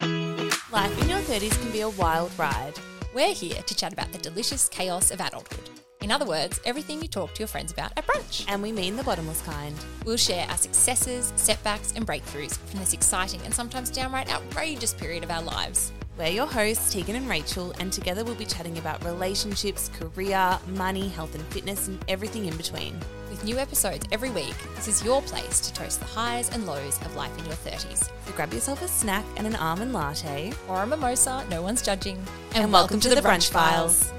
Life in your 30s can be a wild ride. We're here to chat about the delicious chaos of adulthood. In other words, everything you talk to your friends about at brunch. And we mean the bottomless kind. We'll share our successes, setbacks, and breakthroughs from this exciting and sometimes downright outrageous period of our lives. We're your hosts, Tegan and Rachel, and together we'll be chatting about relationships, career, money, health and fitness, and everything in between. With new episodes every week, this is your place to toast the highs and lows of life in your 30s. So grab yourself a snack and an almond latte. Or a mimosa, no one's judging. And, welcome, to, the Brunch Files.